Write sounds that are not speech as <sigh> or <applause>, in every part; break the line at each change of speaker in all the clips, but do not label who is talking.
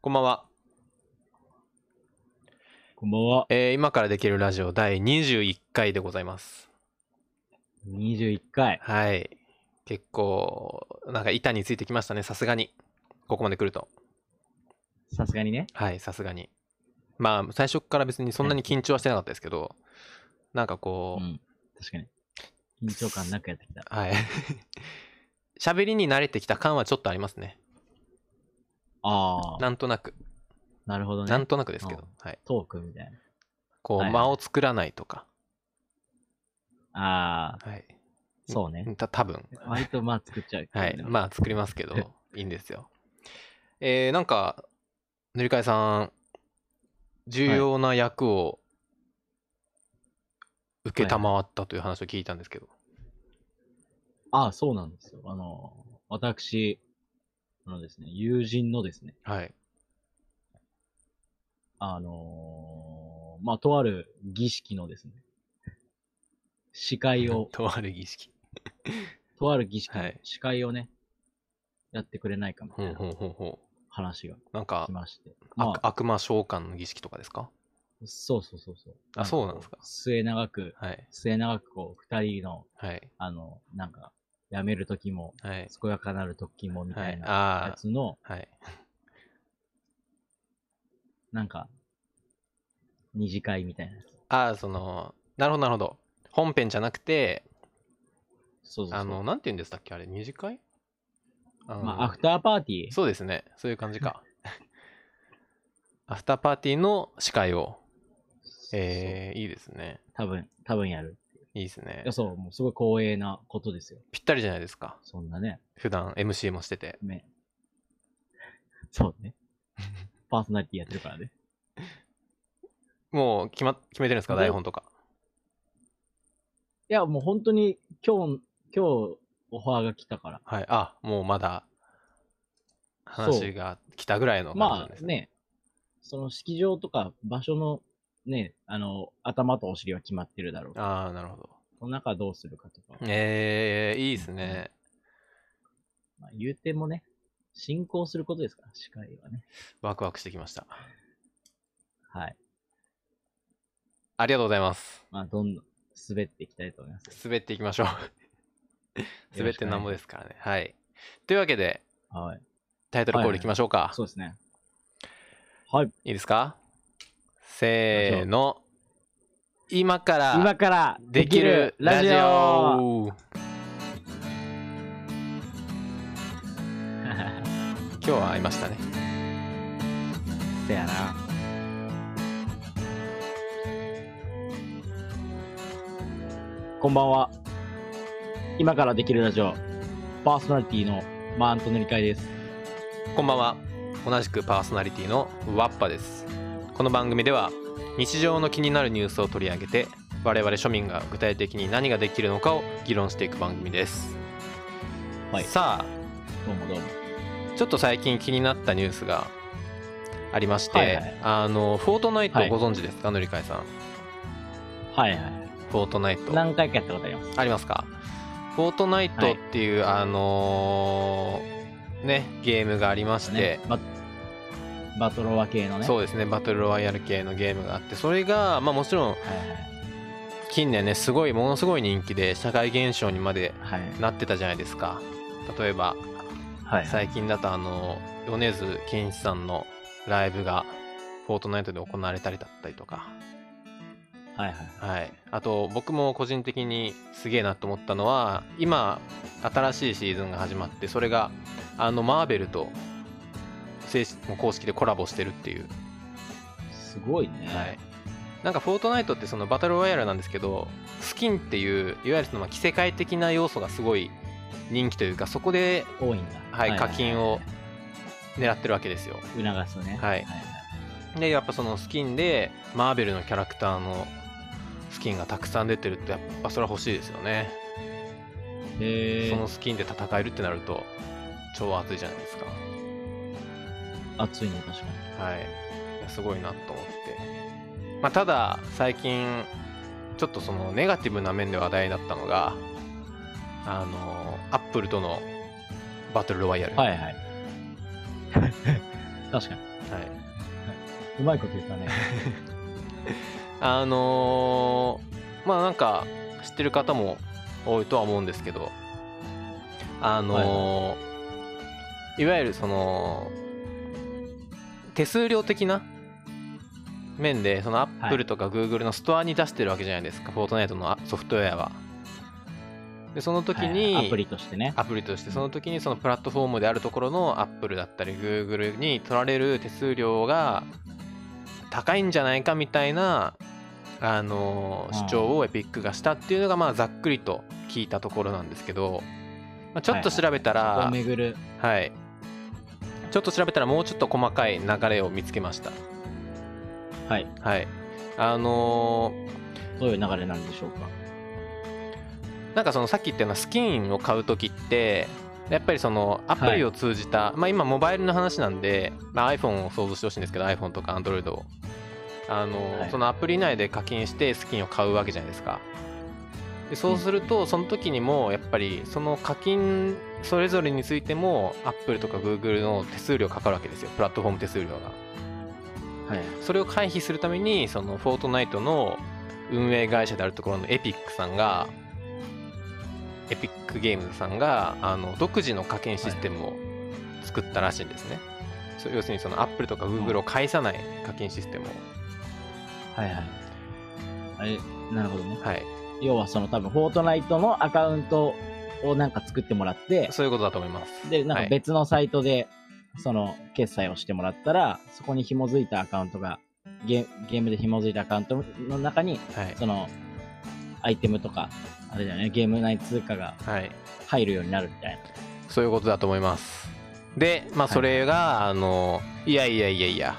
こんばんは、
こんばんは。
えー今からできるラジオ第21回でございます。
21回。
はい。結構、なんか板についてきましたね、さすがに。ここまで来ると。
さすがにね。
はい、さすがに。まあ、最初から別にそんなに緊張はしてなかったですけど、なんか
う
こう、
ん。確かに。緊張感なくやってきた。
はい。 <laughs> 喋りに慣れてきた感はちょっとありますね。
ああ。
なんとなく。
なるほどね。
なんとなくですけ
う
ど
ん。
はい。
トークみたい
こう、
はい
間を作らないとか。
な。ああ。
はい。
そうね。
た多分
割とまあ作っちゃう。
はい。まあ、作りますけど、いいんですよ。えー、なんか、塗り替えさん、重要な役を、受けたまわったという話を聞いたんですけど。
ああ、そうなんですよ。あの、私、あのですね、友人のですね、
はい。
あのーまあ、とある儀式のですね、司会を、
<laughs> とある儀式。
とある儀式の
はい
司会をね、やってくれないかみた
ほう
いな
ほうほうほ
話が
う。なんか
来、まして。まあ
悪悪魔召喚の儀式とかですか
そうそうそうそう。
あそうなんですか
こ末永く、
はい。
末永くこう、二人の、
はい。
あの、なんか、辞める時も、
はい。
健やかなる時も、み
は
たい
い。
なや
あ
つの、
あ。はい。
なんか、二次会みたいなやつ。
ああ、その、なるほど、なるほど。本編じゃなくて、
そうそうそう。
あの、なんて言うんでしたっけあれ、二次会あの
まあ、アフターパーティー
そうですね。そういう感じか。 <laughs> アフターパーティーの司会を。えー、いいですね。
そう多分、多分やる。
いいですね
いや、。そう、もうすごい光栄なことですよ。
ぴったりじゃないですか。
そんなね、
普段 MC もしてて。
め。そう
<laughs>
ね。パーソナリティやってるからね。
もう決ま、決めてるんですか
で
台本とか。
いや、もう本当に、今日、今日、オファーが来たから。
はい。あ、もうまだ、話が来たぐらいの感じな
ま
んで
あ
すね。
ね、その式場とか場所のね、あの、頭とお尻は決まってるだろう。
ああ、なるほど。
その中どうするかとか。
えー、いいですね。
まあ、言うてもね、進行することですから、司会はね。
ワクワクしてきました。
はい。
ありがとうございます。
まあ、どんどん滑っていきたいと思います。
滑っていきましょう。滑ってなんぼですからね。はい。というわけで、
はい。
タイトルコールいきましょうか。
そうですね。はい。
いいですかせーの。今から
今から
できるラジオ
<laughs>
今日は会いましたね。
せやな。こんばんは。今からできるラジオ、パーソナリティのマーンと塗り替えです。
こんばんは。同じくパーソナリティのワッパです。この番組では日常の気になるニュースを取り上げて我々庶民が具体的に何ができるのかを議論していく番組です。
はい。
さ
どうもどうも。
あ、ちょっと最近気になったニュースがありまして、
はいはい
あの、フォートナイト
はい
ご存知ですか、塗り替えさん。
はいはい。
フォートナイト。
何回かやったことあります。
ありますかフォートナイトっていう、あのーね、ゲームがありまして、
ババトロワ系のね。
そうですね、バトルロワイヤル系のゲームがあって、それが、まあもちろん
はい
近年ね、すごい、ものすごい人気で、社会現象にまで
はい。はい
なってたじゃないですか。例えば、
はいはい。
最近だとあの、米津玄師さんのライブが、フォートナイトで行われたりだったりとか、
はいはい。
はい、あと僕も個人的にすげえなと思ったのは今新しいシーズンが始まってそれがあのマーベルと正式もう公式でコラボしてるっていう、
すごいね。
はい、なんか「フォートナイト」ってそのバトルロイヤルなんですけどスキンっていういわゆるそのまあ着せ替え的な要素がすごい人気というかそこで
多いんだ。
はい課金を狙ってるわけですよ
促すね。
はいでやっぱそのスキンでマーベルのキャラクターのスキンがたくさん出てるってやっぱそれは欲しいですよね
へ
その
ー
スキンで戦えるってなると超熱いじゃないですかは
熱いね、確かに。
いいやすごいなと思って、まあ、ただ最近ちょっとそのネガティブな面で話題だったのがあのア <laughs> ップルとのバトルロワイヤル、
はいはい。確かに。
はい、
うまいこと言ったね。
あのーまあなんか知ってる方も多いとは思うんですけどあのーい、わゆるその手数料的な面でそのアップルとかグーグルのストアに出してるわけじゃないですか、フォートナイトのあソフトウェアは。でその時に、
はいアプリとしてね。
アプリとしてその時にそのプラットフォームであるところのアップルだったりグーグルに取られる手数料が高いんじゃないかみたいなあの
うん
主張をエピックがしたっていうのがまあざっくりと聞いたところなんですけど、まあ、ちょっと調べた
そこを
ら
巡る。
はいちょっと調べたらもうちょっと細かい流れを見つけました
はい。
はいあのー
どういう流れなんでしょうか。
なんかそのさっき言ったようなスキンを買う時ってやっぱりそのアプリを通じた、まあ今モバイルの話なんで、まあ、iPhone を想像してほしいんですけど iPhone とか Android をあの、
はい
そのアプリ内で課金してスキンを買うわけじゃないですかでそうするとその時にもやっぱりその課金それぞれについても Apple とか Google の手数料かかるわけですよプラットフォーム手数料が
はい。
それを回避するためにそのフォートナイトの運営会社であるところのエピックさんがエピックゲームズさんがあの独自の課金システムを作ったらしいんですね、そう要するにそのアップルとかグーグルを介さない課金システムを、
はいはい。あれ、なるほどね。
はい、
要はその多分、フォートナイトのアカウントをなんか作ってもらって、
そういうことだと思います
で、なん
は
か
い
別のサイトで、その、決済をしてもらったら、そこに紐づいたアカウントが、ゲゲームで紐づいたアカウントの中に、
はい
その、アイテムとか、あれだよね、ゲーム内通貨が
はい、
入るようになるみたいな。
そういうことだと思いますでまあそれが、い、あのいやいやいやいや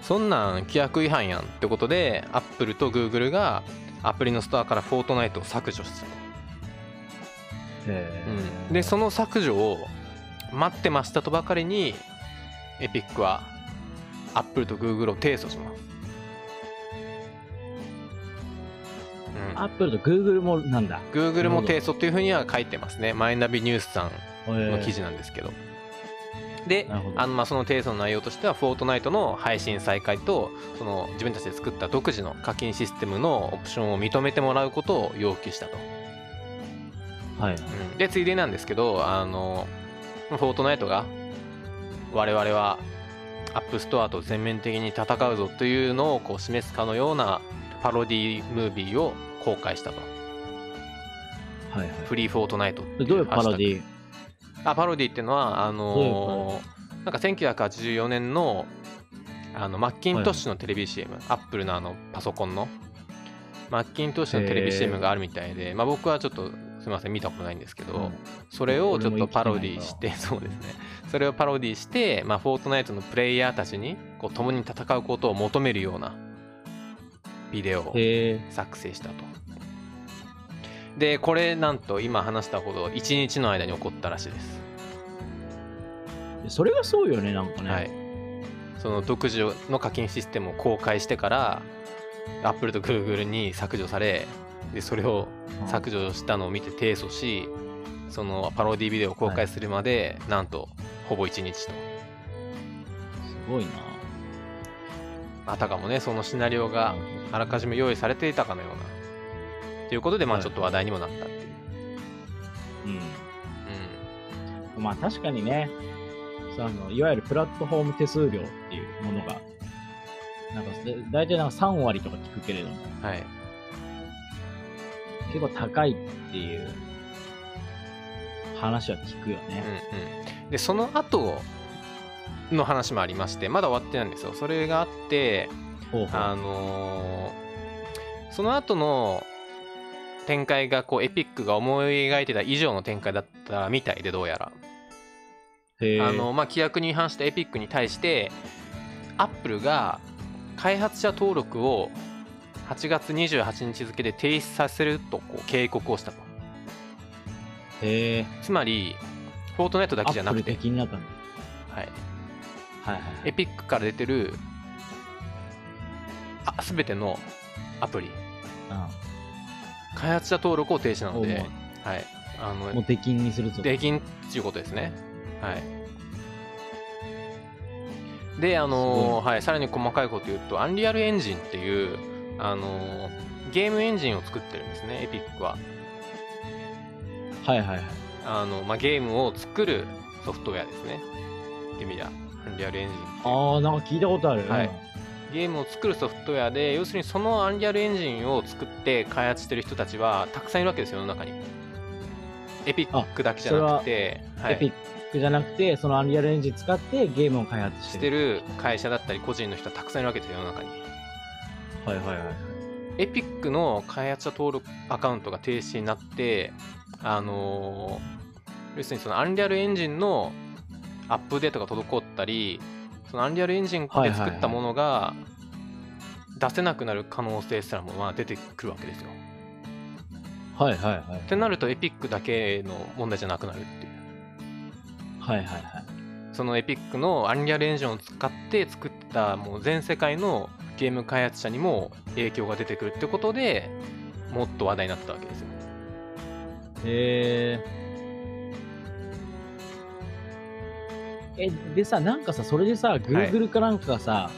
そんなん規約違反やんってことでアップルとグーグルがアプリのストアからフォートナイトを削除したでその削除を待ってましたとばかりにエピックはアップルとグーグルを提訴します、
アップルとグーグルもなんだ。
うん、Google も提訴というふうには書いてますねマイナビニュースさんの記事なんですけど、で
なるほど
あのまあその提訴の内容としては「フォートナイト」の配信再開とその自分たちで作った独自の課金システムのオプションを認めてもらうことを要求したと
はい。
うんでついでなんですけどあのフォートナイトが我々はアップストアと全面的に戦うぞというのをこう示すかのようなパロディムービーを公開したと
はいは
「フリーフォートナイト」
い。どういうパロディ
あパロディっていうのはあのーなんか1984年のあのマッキントッシュのテレビ CM、アップルのあのパソコンのマッキントッシュのテレビ CM があるみたいで、まあ、僕はちょっとすみません見たことないんですけど、それをちょっとパロディして、そうですね。それをパロディして、まあ、フォートナイトのプレイヤーたちに、こう、共に戦うことを求めるようなビデオを
へえ。
作成したと。で、これ、なんと、今話したほど、1日の間に起こったらしいです。
それがそうよね、なんかね。
はい。その独自の課金システムを公開してから、アップルとグーグルに削除され、で、それを
うん
削除したのを見て提訴しそのパロディビデオを公開するまで、なんとほぼ1日と
すごいな。
あたかもねそのシナリオがあらかじめ用意されていたかのようなということでまあ
はい
ちょっと話題にもなったっていう、
うん。まあ確かにね、そのいわゆるプラットフォーム手数料っていうものが、なんかで大体なんか3割とか聞くけれども、
うんはい
結構高いっていう話は聞くよね。
うんうん、でその後の話もありましてまだ終わってないんですよそれがあって
ほうほう
あのーその後の展開がこうエピックが思い描いてた以上の展開だったみたいでどうやら
へえ
あのまあ、規約に違反したエピックに対してアップルが開発者登録を8月28日付で停止させるとこう警告をしたと
へえ。
つまりフォートナイトだ
ア
けじゃ
ッ
な
プ
く
ル
て、
的になったんだ。
はい、
はいはいはい。
エピックから出てるあ全てのアプリ開発者登録を停止なの
お
で
も、
はい、あ
うん。もう
の
出禁にするぞ。
できんっていうことですねはいであのー
す
はい、さらに細かいこと言うとアンリアルエンジンっていうあのーゲームエンジンを作ってるんですねエピックは
はいはいはい。
あの、まあ、ゲームを作るソフトウェアですね言ってみりゃアンリアルエンジンっていう
ああ、なんか聞いたことある。
はい
うん
ゲームを作るソフトウェアで要するにそのアンリアルエンジンを作って開発してる人たちはたくさんいるわけですよ世の中にエピックだけじゃなくては
エピックじゃなくて、そのアンリアルエンジン使ってゲームを開発
し
しててる。
る会社だったり個人の人はたくさんいるわけですよ世の中に
はいはいはい。
エピックの開発者登録アカウントが停止になってあのー要するにそのアンリアルエンジンのアップデートが滞ったりそのアンリアルエンジンで作ったものが出せなくなる可能性すらもまあ出てくるわけですよ
はいはいはい。
ってなるとエピックだけの問題じゃなくなるっていう
はいはいはい。
そのエピックのアンリアルエンジンを使って作ったもう全世界のゲーム開発者にも影響が出てくるってことでもっと話題になったわけですよ
へえ。え、でさ、なんかさ、それでさ、Google かなんかがさ、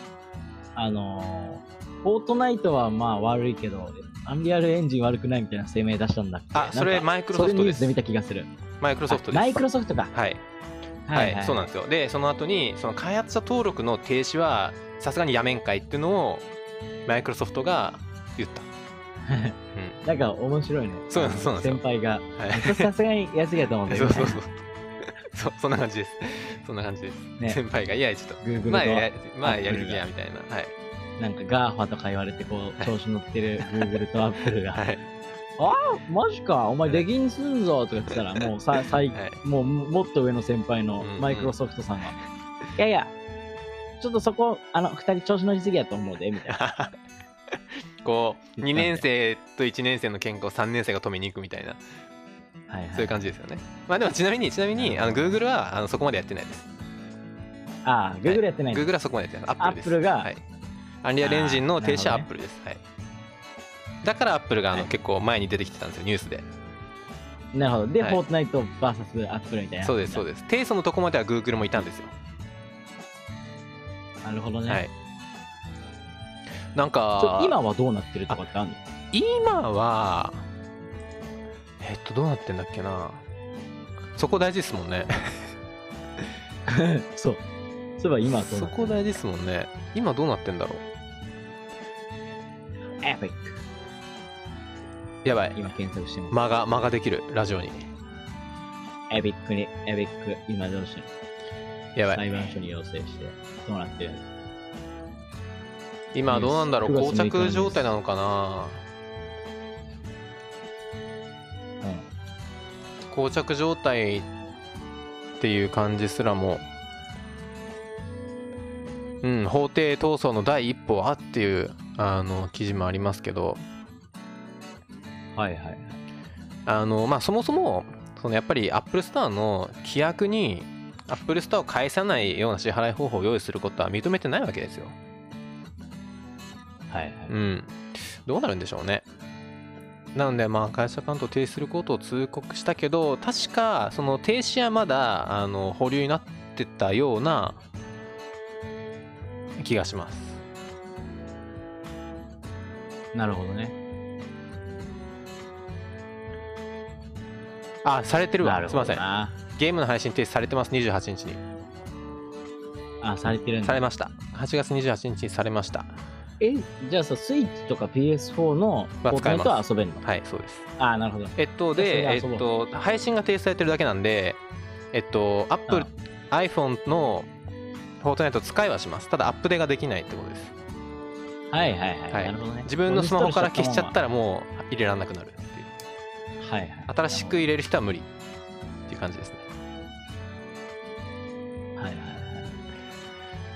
あのー、フォートナイトはまあ悪いけど、アンリアルエンジン悪くないみたいな声明出したんだっけ
あそれ
なんか
マイクロソフ
そ
ト
れニュ
で
ースです見た気がする。
マイクロソフトです
あマイクロソフトか。
はいはい、そうなんですよでその後にその開発者登録の停止はさすがにやめんかいっていうのをマイクロソフトが言った、う
なんか面白いね。
そうなんですそうなんですよ
先輩が。
んはい、
これさすがに安いやと思うんだけ
<laughs> そう
ど、
そうそうそそんな感じですそんな感じです、
ね
先輩がいやちょっと
Google
まあ
と
やまあやりすぎ
Apple
や
が
みたいなはい
なんか GAFA とか言われてこう調子乗っ
<laughs>
てる Google と Apple が、
はい
マジかお前出禁すんぞとか言ってたらもうさ最、
はい
もうもっと上の先輩の
うんうん
マイクロソフトさんが、いやいやちょっとそこあの2人調子乗りすぎやと思うでみたいな
<laughs> こう
言
2
ったんだ
年生と1年生の喧嘩を3年生が止めに行くみたいな
はい、はい、
そういう感じですよねまあでもちなみにちなみにあの Google はあのそこまでやってないです
ああ Google やってない、
Google はそこまでやってない Apple です
Apple が
はい、アンリアルエンジンの停止は
あーな
Apple です、はいだから Apple があの、
はい
結構前に出てきてたんですよニュースで
なるほどで、
はい
フォートナイト VSApple みたいな
そうですそうです提訴のとこまでは Google もいたんですよ、
すなるほどね、
はいなんか
ちょ今はどうなってるとかってあるの
今はえっとどうなってんだっけなそこ大事ですもんね
そうそういえば今はどう
そ
なって
こ大事ですもんね今どうなってんだろう
るエピック
やばい
今検索してます
間が間ができるラジオに
エビックに、エビック、今どうしてる
やばい
裁判所に要請して、どうなってる
今どうなんだろう
9
膠
月6
着
日
状態なのかな
う
膠着状態っていう感じすらもうん法廷闘争の第一歩はっていうあの記事もありますけど
ん。はいはい。
あのまあそもそもそのやっぱりアップルスターの規約にアップルスターを返さないような支払い方法を用意することは認めてないわけですよ。
はいはい。
うん。どうなるんでしょうね。なのでまあ会社関東停止することを通告したけど確かその停止はまだあの保留になってたような気がします。
なるほどね。
あされてる
な
わ
る
すいま
ほ
せ
ど
ん
な。
ゲームの配信停止されてます28日に
あ、されてるん
さ
だ。
れました8月28日にされました
え、じゃあさ、スイッチとか PS4 の
は
ポート
使
ナ
え
イ
ます
トは遊べるの
はいそうです
あ、なるほど。
えっと、
じ
で、
ゃあ
えっ
それで遊ぼ
と、配信が停止されてるだけなんで、えっと、Apple、iPhone のフォートナイト使いはします。ただ、アップデートができないってことです。
はいはいはい。
はい
なるほどね。
自分のスマホから消しちゃった
ら。
ら、もう入れられなくなるっていう。
はいはい。
新しく入れる人は無理っていう感じですね。
はいはいはい。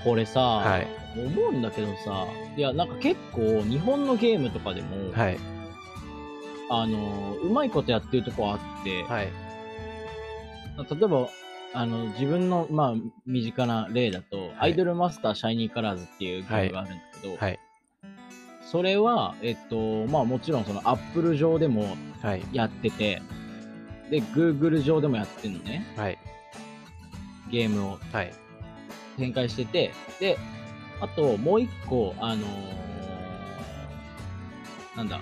これさ、
はい
思うんだけどさ、いや、なんか結構、日本のゲームとかでも、
はい。
あの、うまいことやってるとこあって、
はい。
例えば、あの、自分の、まあ、身近な例だと、アイドルマスターシャイニーカラーズっていうゲームがあるんだけど、
はい。
それは、えっと、まあもちろんそのアップル上でも
はい。
やってて、で、Google 上でもやってんのね、
はい。
ゲームを。
はい。
展開してて、で、あともう一個、あのーなんだ、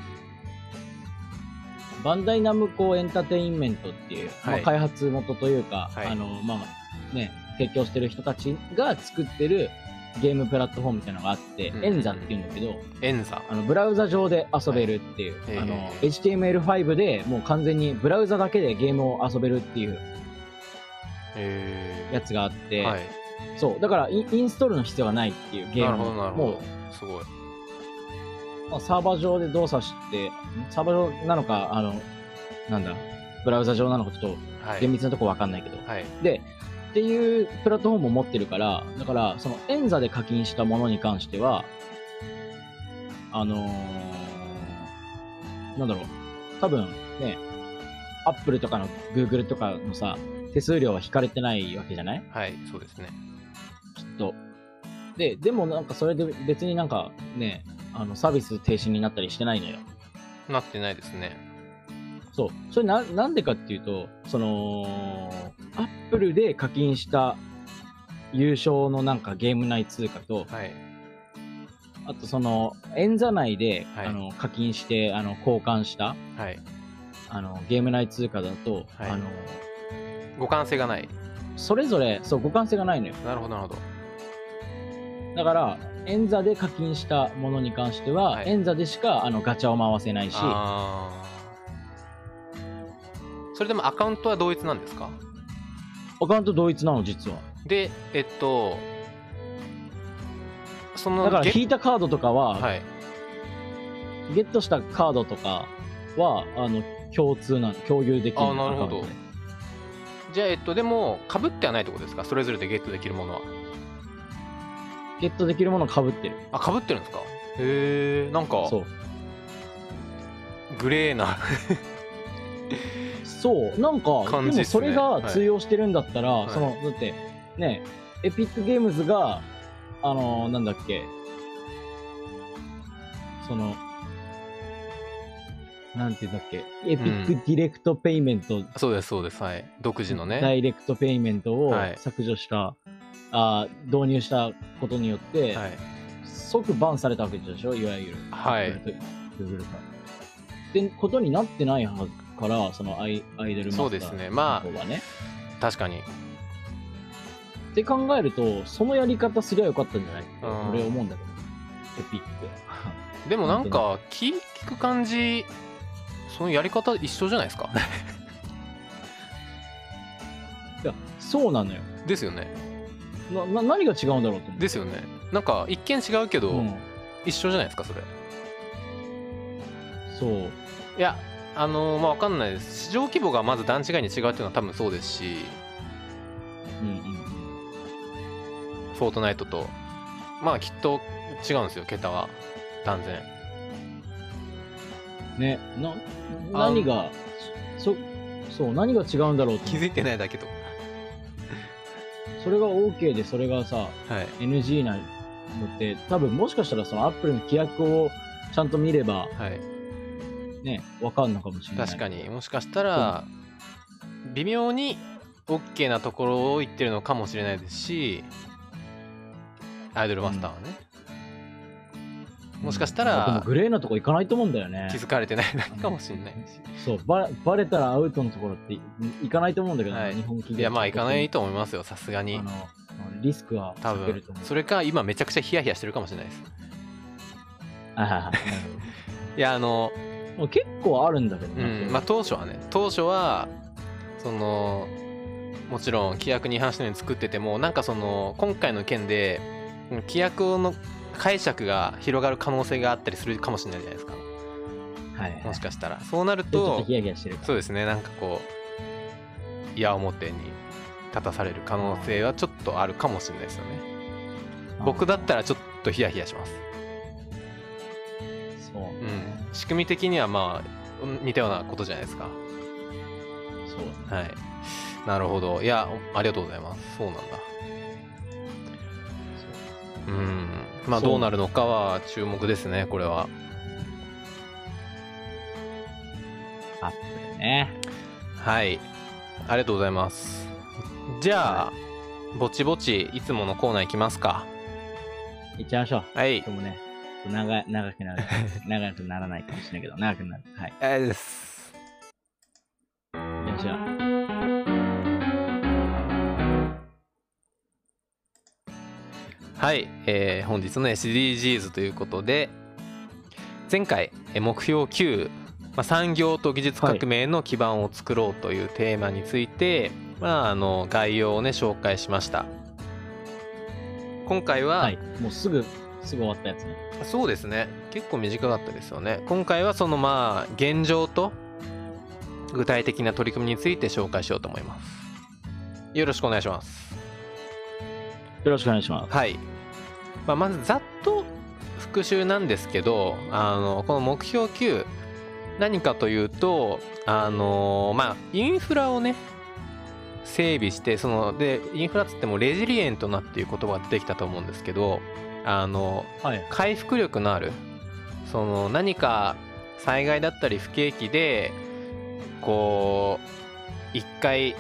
バンダイナムコエンターテインメントっていう、まあ
はい
開発元というか、
はい
あのまあね、提供してる人たちが作ってるゲームプラットフォームみたいなのがあって、
うん
エンザっていうんだけど、
エンザ
あのブラウザ上で遊べるっていう、
はい
あの
へ
HTML5 でもう完全にブラウザだけでゲームを遊べるっていう
えー
やつがあって、
はい
そうだからインインストールの必要がないっていうゲー
なる
ム
ほどなる
も
ほどすごいう
まあサーバー上で動作してサーバー上なのかあのなんだブラウザ上なのかちょっ
は
と
い
厳密なとこわかんないけど、
はい
でっていうプラットフォームを持ってるからだからそのエンザで課金したものに関してはあのーなんだろう多分ねアップルとかのグーグルとかのさ手数料は引かれてないわけじゃない
はいそうですね
きっとででもなんかそれで別になんかねあのサービス停止になったりしてないのよ
なってないですね
そう。それな、なんでかっていうと、その、アップルで課金した優勝のなんかゲーム内通貨と、
はい
あとその、演座内で、
はい
あの課金して、あの、交換した、
はい
あの、ゲーム内通貨だと、
はい
あの、
互換性がない
それぞれ、そう、互換性がないのよ。
なるほどなるほど
だから、演座で課金したものに関しては、
はい
演座でしか、あの、ガチャを回せないし、
あーそれでもアカウントは同一なんですか
アカウント同一なの、実は。
でえっとその
だから、
ゲ
引いたカードとかは、
はい
ゲットしたカードとかは、あの、共通なの、共有できる。
あなるほど
アカウントで
じゃあえっとでもかぶってはないってことですかそれぞれでゲットできるものは
ゲットできるもの被ってる。
あかぶってるんですかへえんか
そう。
グレーな <laughs>
そう。なんか、
感じっすね
でもそれが通用してるんだったら、
い
その、だって、ね、エピックゲームズが、あのーなんだっけ、その、なんていうんだっけ、エピックディレクトペイメント、
そうですそうですはい独自の
ダ
ね
イレクトペイメントを
はい
削除した、あー導入したことによって、
はい
即バンされたわけでしょいわゆる。
はい。
Google か。ってことになってないはずから、そのアイアイドルマスター
そうですねまあ
の方はね。
確かに
って考えると、そのやり方すりゃよかったんじゃないって
うん
俺は思うんだけど。エピック。 <laughs>
でもなんか聞聞く感じそのやり方一緒じゃないです
<laughs>
か
いや、そうなのよ。
ですよね
なな何が違うんだろうと思って。
ですよねなんか一見違うけど、
うん
一緒じゃないですかそれ
そう。
いやあのーまあ分かんないです市場規模がまず段違いに違うっていうのは多分そうですし
うんうんうん。
フォートナイトとまあきっと違うんですよ桁は断然
ね、な、
あ
何が、そ、そう、何が違うんだろうと
気づ
思って。
いてないだけと
それが OK で、それがさ、
はい
NG なのって、多分もしかしたらそのアップルの規約をちゃんと見れ
は
ば、
い
ね、わかんのかもしれない。
確かにもしかしたら微妙に OK なところを言ってるのかもしれないですしアイドルマスターはね、
うん。
もしかしたら
でもグレーなとこ行かないと思うんだよね
気。づかれてないだけかもしれないし
そう、バレバレたらアウトのところってい行かないと思うんだけどね、
はい
日本企業
いやまあいかないと思いますよさすが
あ
に
の、リスクは
多
避ける
分
と思う。
それか今めちゃくちゃヒヤヒヤしてるかもしれないです
あははなる
いやあの
ほどもう結構あるんだけど
う
ね。それ
んまあ、当初はね当初はそのもちろん規約に違反したのに作っててもなんかその今回の件で規約の解釈が広がる可能性があったりするかもしれないじゃないですか
はいはい。
もし
で
かしたらそうなる
ちょっと
と
ヒヤヒヤしてるから
そうですねなんかこう矢面に立たされる可能性はちょっとあるかもしれないですよね僕だった
ら。
らちょっとヒヤヒヤします
そう
う
ね。
ん仕組み的にはまあ似たようなことじゃないですか
そうね。
はい。なるほど。いや、おありがとうございます。そうなんだ。うん。まあ、
そう
どうなるのかは注目ですね、これは。
アップルね。
はい。ありがとうございます。じゃあ、ぼちぼちいつものコーナー行きますか
いっちゃいましょう。
はい
今日もね、長い長く
<laughs>
なる、長くならないかもしれないけど、長くなる。はい。
えです
よいしょ。
はい、えー本日の SDGs ということで前回えー目標9、まあ、産業と技術革命の基盤を作ろうというテーマについて、まああの概要をね紹介しました今回は、
はい。もうすぐ、すぐ終わったやつね。
そうですね結構短かったですよね今回はそのまあ現状と具体的な取り組みについて紹介しようと思いますよろしくお願いします
よろしくお願いします。
はい、まあ、まずざっと復習なんですけどあのこの目標9何かというとあのまあインフラをね整備してそのでインフラっつってもレジリエントなっていう言葉が出てきたと思うんですけどあの
はい。
回復力のあるその何か災害だったり不景気でこう一回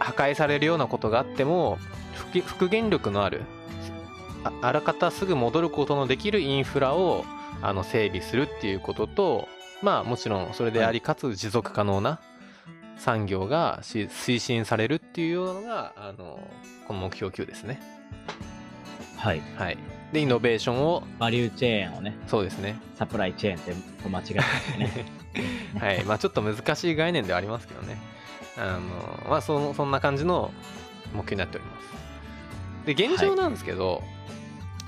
破壊されるようなことがあっても復復元力のあるああらかたすぐ戻ることのできるインフラをあの整備するっていうこととまあもちろんそれでありかつ持続可能な産業がし推進されるっていうようなのがあのこの目標級ですね。
はい。
はい、でイノベーションを
バリューチェーンをね、
そうですね
サプライチェーンってこう間違えた
<laughs>
んでね。
はいまあ、ちょっと難しい概念ではありますけどねあの、まあ、そのそんな感じの目標になっておりますで現状なんですけど、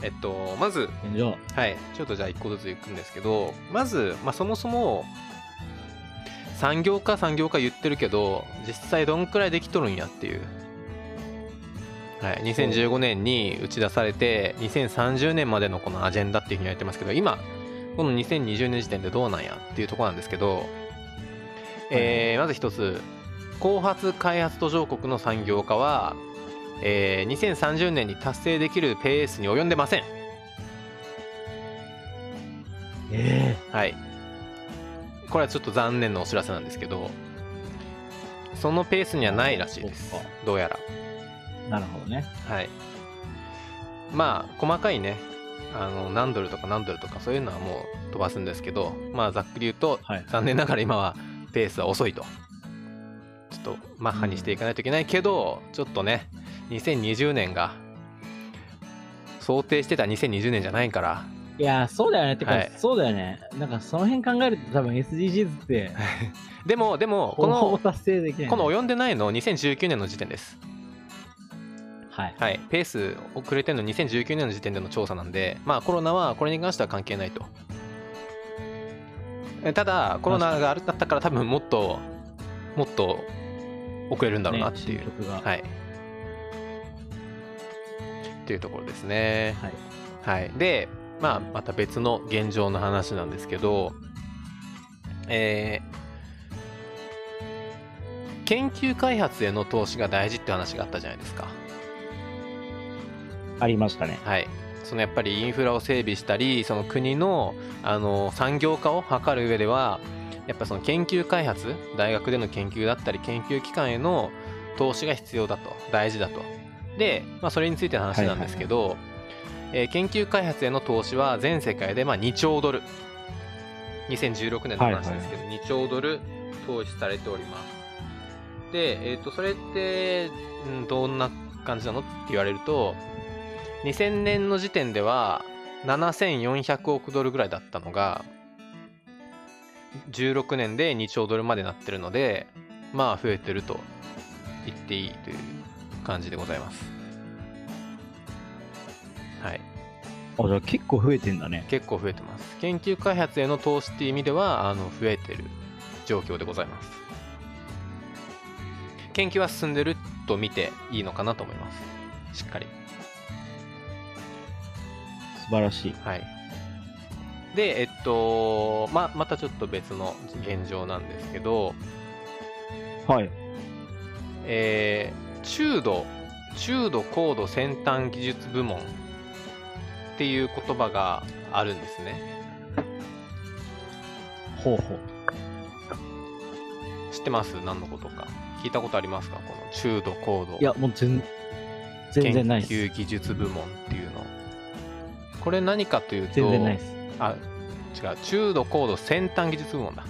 えっとまず
現状。
はいちょっとじゃあ1個ずついくんですけどまず、まあ、そもそも産業化産業化言ってるけど実際どんくらいできとるんやっていう、はい、2015年に打ち出されて2030年までのこのアジェンダっていうふうに言われてますけど今この2020年時点でどうなんやっていうところなんですけど、えーまず一つ後発開発途上国の産業化は、えー2030年に達成できるペースに及んでません
え
はい、これはちょっと残念なお知らせなんですけどそのペースにはないらしいです
そっか
どうやら
えなるほどね。
はいまあ細かいねあの何ドルとか何ドルとかそういうのはもう飛ばすんですけどまあざっくり言うと
はい。
残念ながら今はペースは遅いとちょっとマッハにしていかないといけないけど、ちょっとね2020年が想定してた2020年じゃないから
いやー、そうだよね。ってか、
はい
そうだよね。なんかその辺考えると多分 SDGs って、
でもでもこ
ほぼ
の
達成できない。
この及んでないの2019年の時点です。
はい。
はい。ペース遅れてるの2019年の時点での調査なんで、まあコロナはこれに関しては関係ないと。えただ、コロナがあるだったから多分もっと、もっと遅れるんだろうなってい
ね
う。
新曲が。
はい。っていうところですね。
はい。
はい、で、まあ、また別の現状の話なんですけど、えー研究開発への投資が大事って話があったじゃないですか。
ありましたね。
はい、そのやっぱりインフラを整備したりその国のあの産業化を図る上ではやっぱその研究開発大学での研究だったり研究機関への投資が必要だと大事だとで、まあ、それについての話なんですけど、えー研究開発への投資は全世界でまあ2兆ドル2016年の話ですけど、2兆ドル投資されておりますで、えー、とそれってうんどんな感じなのって言われると2000年の時点では7400億ドルぐらいだったのが16年で2兆ドルまでなってるのでまあ増えてると言っていいという感じでございますはい
あ、じゃあ結構増えてんだね。
結構増えてます研究開発への投資っていう意味ではあの増えてる状況でございます研究は進んでると見ていいのかなと思いますしっかり
素晴らしい。
はい。で、えっと、ま、またちょっと別の現状なんですけど、
はい。
えー中度、中度高度先端技術部門っていう言葉があるんですね。
ほうほう。
知ってます何のことか。聞いたことありますかこの中度高度。
いや、もう全全然ない
研
っす
究技術部門っていうのこれ何かというと
全然ないです。
あ違う中度高度先端技術部門だ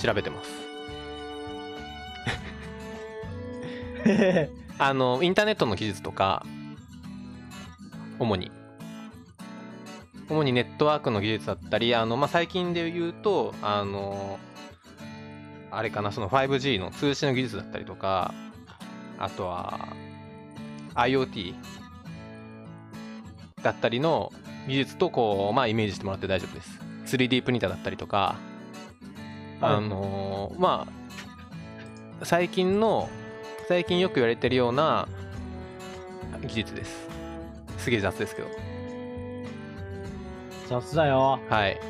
調べてますあのインターネットの技術とか主に主にネットワークの技術だったりあの、まあ、最近で言うとあのあれかなその 5G の通信の技術だったりとかあとは IoT だったりの技術とこう、まあ、イメージしてもらって大丈夫です 3D プリンターだったりとかあのーまあ最近の最近よく言われてるような技術ですすげえ雑ですけど
雑だよ。
はい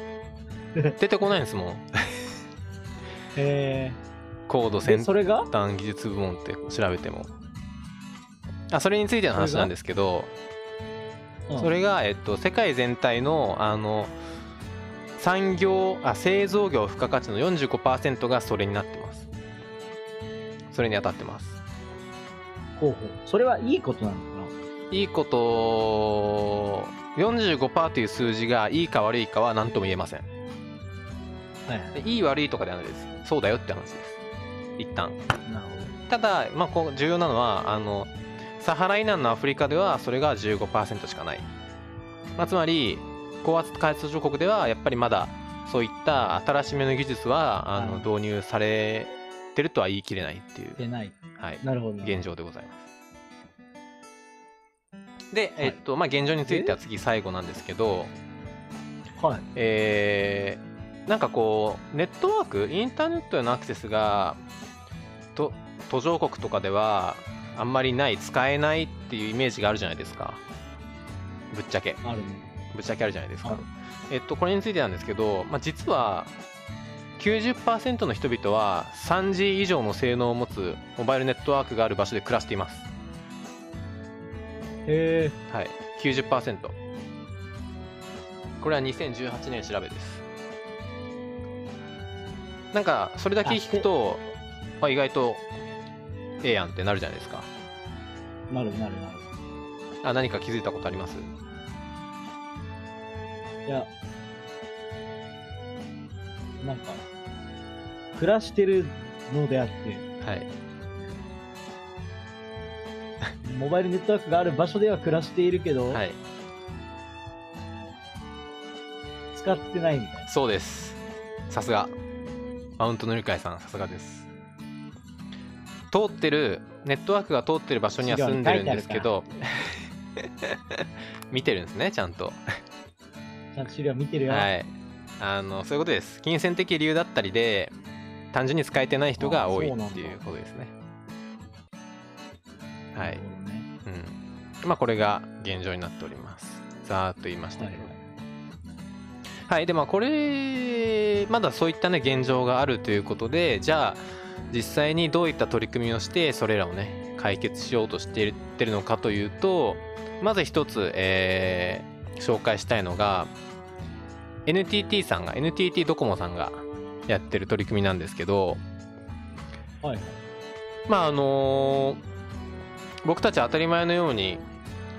<laughs>
出てこないんですもん
え
高度
ー、で
先
それが
端技術部門って調べてもあそれについての話なんですけど
うん
それが、えっと、世界全体のあの産業あ製造業付加価値の45%がそれになってますそれに当たってます
候補。それはいいことなのか
いいこと45%という数字がいいか悪いかは何とも言えません
なはいは
でいい悪いとかではないですそうだよって話です一旦
い。なるほど。
ただ、まあ、こう重要なのはあのサハラ以南のアフリカではそれが15%しかない、まあ、つまり高圧開発途上国ではやっぱりまだそういった新しめの技術はあの
はい
導入されてるとは言い切れないっていう、
出ない。
はい、
なるほど。
現状でございますで、えっとまあ、現状については次最後なんですけど、
状。はい。
えーなんかこうネットワークインターネットへのアクセスがと途上国とかではあんまりない使えないっていうイメージがあるじゃないですかぶっちゃけ
あるね。
ぶっちゃけあるじゃないです
あ
か
る、
えっと、これについてなんですけど、まあ、実は90%の人々は 3G 以上の性能を持つモバイルネットワークがある場所で暮らしています、
え
はい、90%これは2018年調べですなんかそれだけ聞くと、まあ、意外とええやんってなるじゃないですか
ー、なるなるなる。
あ何か気づいたことあります
いや、なんか、暮らしてるのであって、
はい
モバイルネットワークがある場所では暮らしているけど、
はい
使ってないみたいな。
そうですさすがマウントのりかいさんさすがです通ってるネットワークが通ってる場所には住んでるんですけど見てるんですねちゃんと
ちゃんと資料見てるよ。
はい、あのそういうことです金銭的理由だったりで単純に使えてない人が多い
あそうなん
っ
だ
ていうことですねはい
な、るほどね
うん、まあこれが現状になっておりますざーっと言いました
はい
けど
は
はい、
い
でまあこれまだそういったね現状があるということでじゃあ実際にどういった取り組みをしてそれらをね解決しようとしていってるのかというとまず一つ、えー紹介したいのが NTT さんが NTT ドコモさんがやってる取り組みなんですけど
はいはい。
まああのー僕たち当たり前のように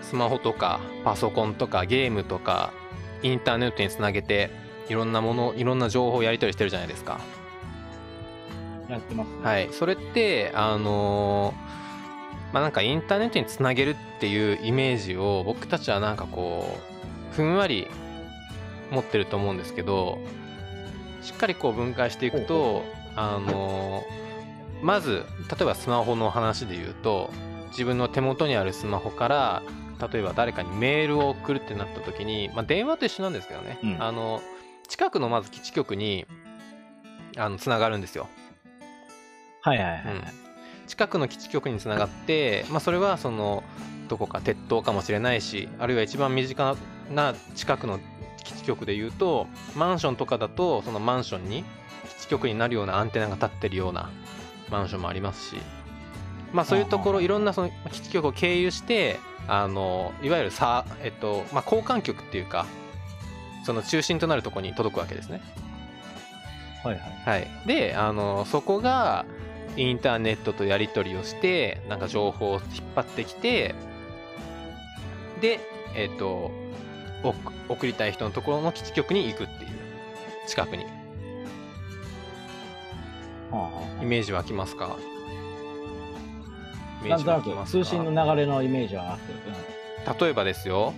スマホとかパソコンとかゲームとかインターネットにつなげていろんなものいろんな情報をやり取りしてるじゃないですか。
やってます、ね。
はい、それってあのーまあなんかインターネットにつなげるっていうイメージを僕たちはなんかこうふんわり持ってると思うんですけどしっかりこう分解していくとあのーまず例えばスマホの話で言うと自分の手元にあるスマホから例えば誰かにメールを送るってなった時に、まあ、電話と一緒なんですけどね、
うん
あの近くのまず基地局にあのつながるんですよ。
はいはいはい。
近くの基地局につながって、まあ、それはそのどこか鉄塔かもしれないしあるいは一番身近な近くの基地局でいうとマンションとかだとそのマンションに基地局になるようなアンテナが立ってるようなマンションもありますし、まあ、そういうとこ
あ
ろ
ー
いろんなその基地局を経由してあのいわゆるさ、えっとまあ、交換局っていうかその中心となるところに届くわけですね。
はいは
は
い。
い、であのそこがインターネットとやり取りをしてなんか情報を引っ張ってきてでえっ、とお送りたい人のところの基地局に行くっていう近くにイメージ湧きますかイメ
な
ー
ん
ジ
とな
湧きま
く
す
通信
か
の流れのイメージはあってるけど
例えばですよ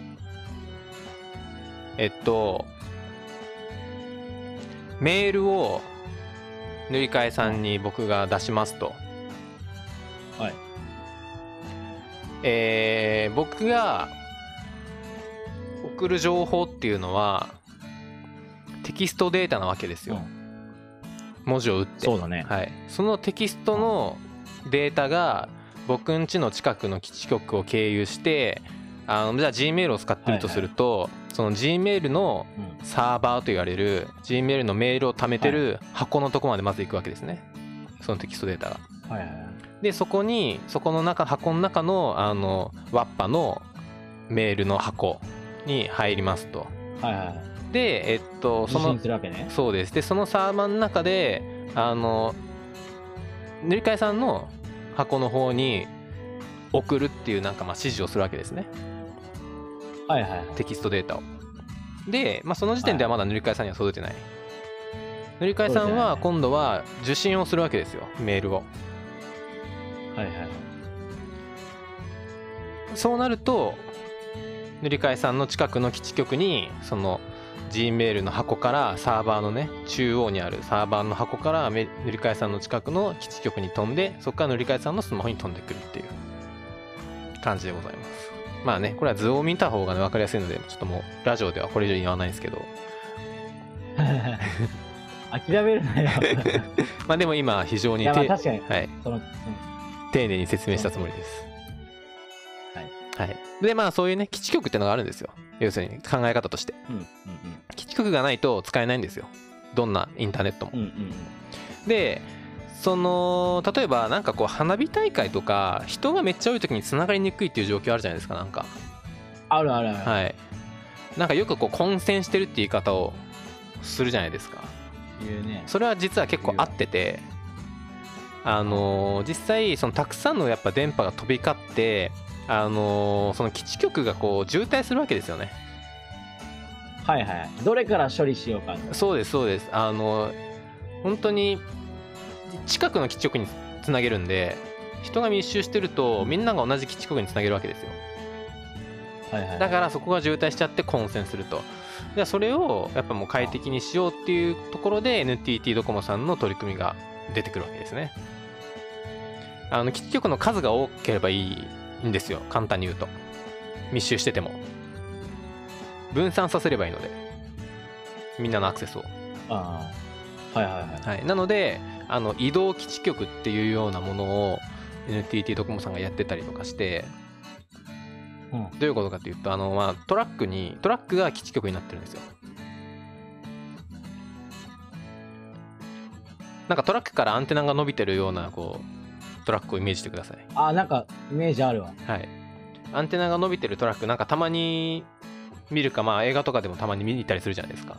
えっとメールを塗り替えさんに僕が出しますと
はい
えー僕が送る情報っていうのはテキストデータなわけですよ、
うん
文字を打って
そうだね。
はい、そのテキストのデータが僕ん家の近くの基地局を経由してあのじゃあ Gmail を使ってるとすると、その Gmail の
うん
サーバーと言われる Gmail のメールを貯めてる箱のとこまでまず行くわけですねそのテキストデータが。
はいはいはい。
でそこにそこの中箱の中のあのワッパのメールの箱に入りますと。
はいはいはい。
でえっとそ
通
の
信するわけね。
そうですでそのサーバーの中であの塗り替えさんの箱の方に送るっていうなんかまあ指示をするわけですね
はいはいはい。
テキストデータをで、まあ、その時点ではまだ塗り替えさんには届いてない、塗り替えさんは今度は受信をするわけですよメールを
はいはいはい。
そうなると塗り替えさんの近くの基地局にその Gmail の箱からサーバーのね中央にあるサーバーの箱からめ塗り替えさんの近くの基地局に飛んでそこから塗り替えさんのスマホに飛んでくるっていう感じでございますまあねこれは図を見た方が、ね、分かりやすいのでちょっともうラジオではこれ以上言わないですけど
諦めるなよ。
まあでも今非常
<laughs> い
に
やまあ
て
確かに。
はい、
その、
丁寧に説明したつもりです
はい、
はい、でまあそういうね基地局ってのがあるんですよ要するに考え方として
うんうん
基地局がないと使えないんですよどんなインターネットも
うん。うんうん
でその例えばなんかこう花火大会とか人がめっちゃ多い時につながりにくいっていう状況あるじゃないですかなんか
あるあるある。
はいなんかよくこう混戦してるって言い方をするじゃないですか
いうね。
それは実は結構合っててあのー実際そのたくさんのやっぱ電波が飛び交ってあのーその基地局がこう渋滞するわけですよね
はいはい。どれから処理しようかと。
そうですそうですあの本当に近くの基地局につなげるんで人が密集してるとみんなが同じ基地局につなげるわけですよ
はいはい。
だからそこが渋滞しちゃって混戦するとじゃあそれをやっぱもう快適にしようっていうところで NTT ドコモさんの取り組みが出てくるわけですねあの基地局の数が多ければいいんですよ簡単に言うと密集してても分散させればいいのでみんなのアクセスを
ああ。はいはいはい。
はい、なのであの移動基地局っていうようなものを NTT ドコモさんがやってたりとかして、
うん
どういうことかっていうとあの、まあ、トラックにトラックが基地局になってるんですよなんかトラックからアンテナが伸びてるようなこうトラックをイメージしてください
あ、なんか、イメージあるわ。
はいアンテナが伸びてるトラックなんかたまに見るかまあ映画とかでもたまに見に行ったりするじゃないですか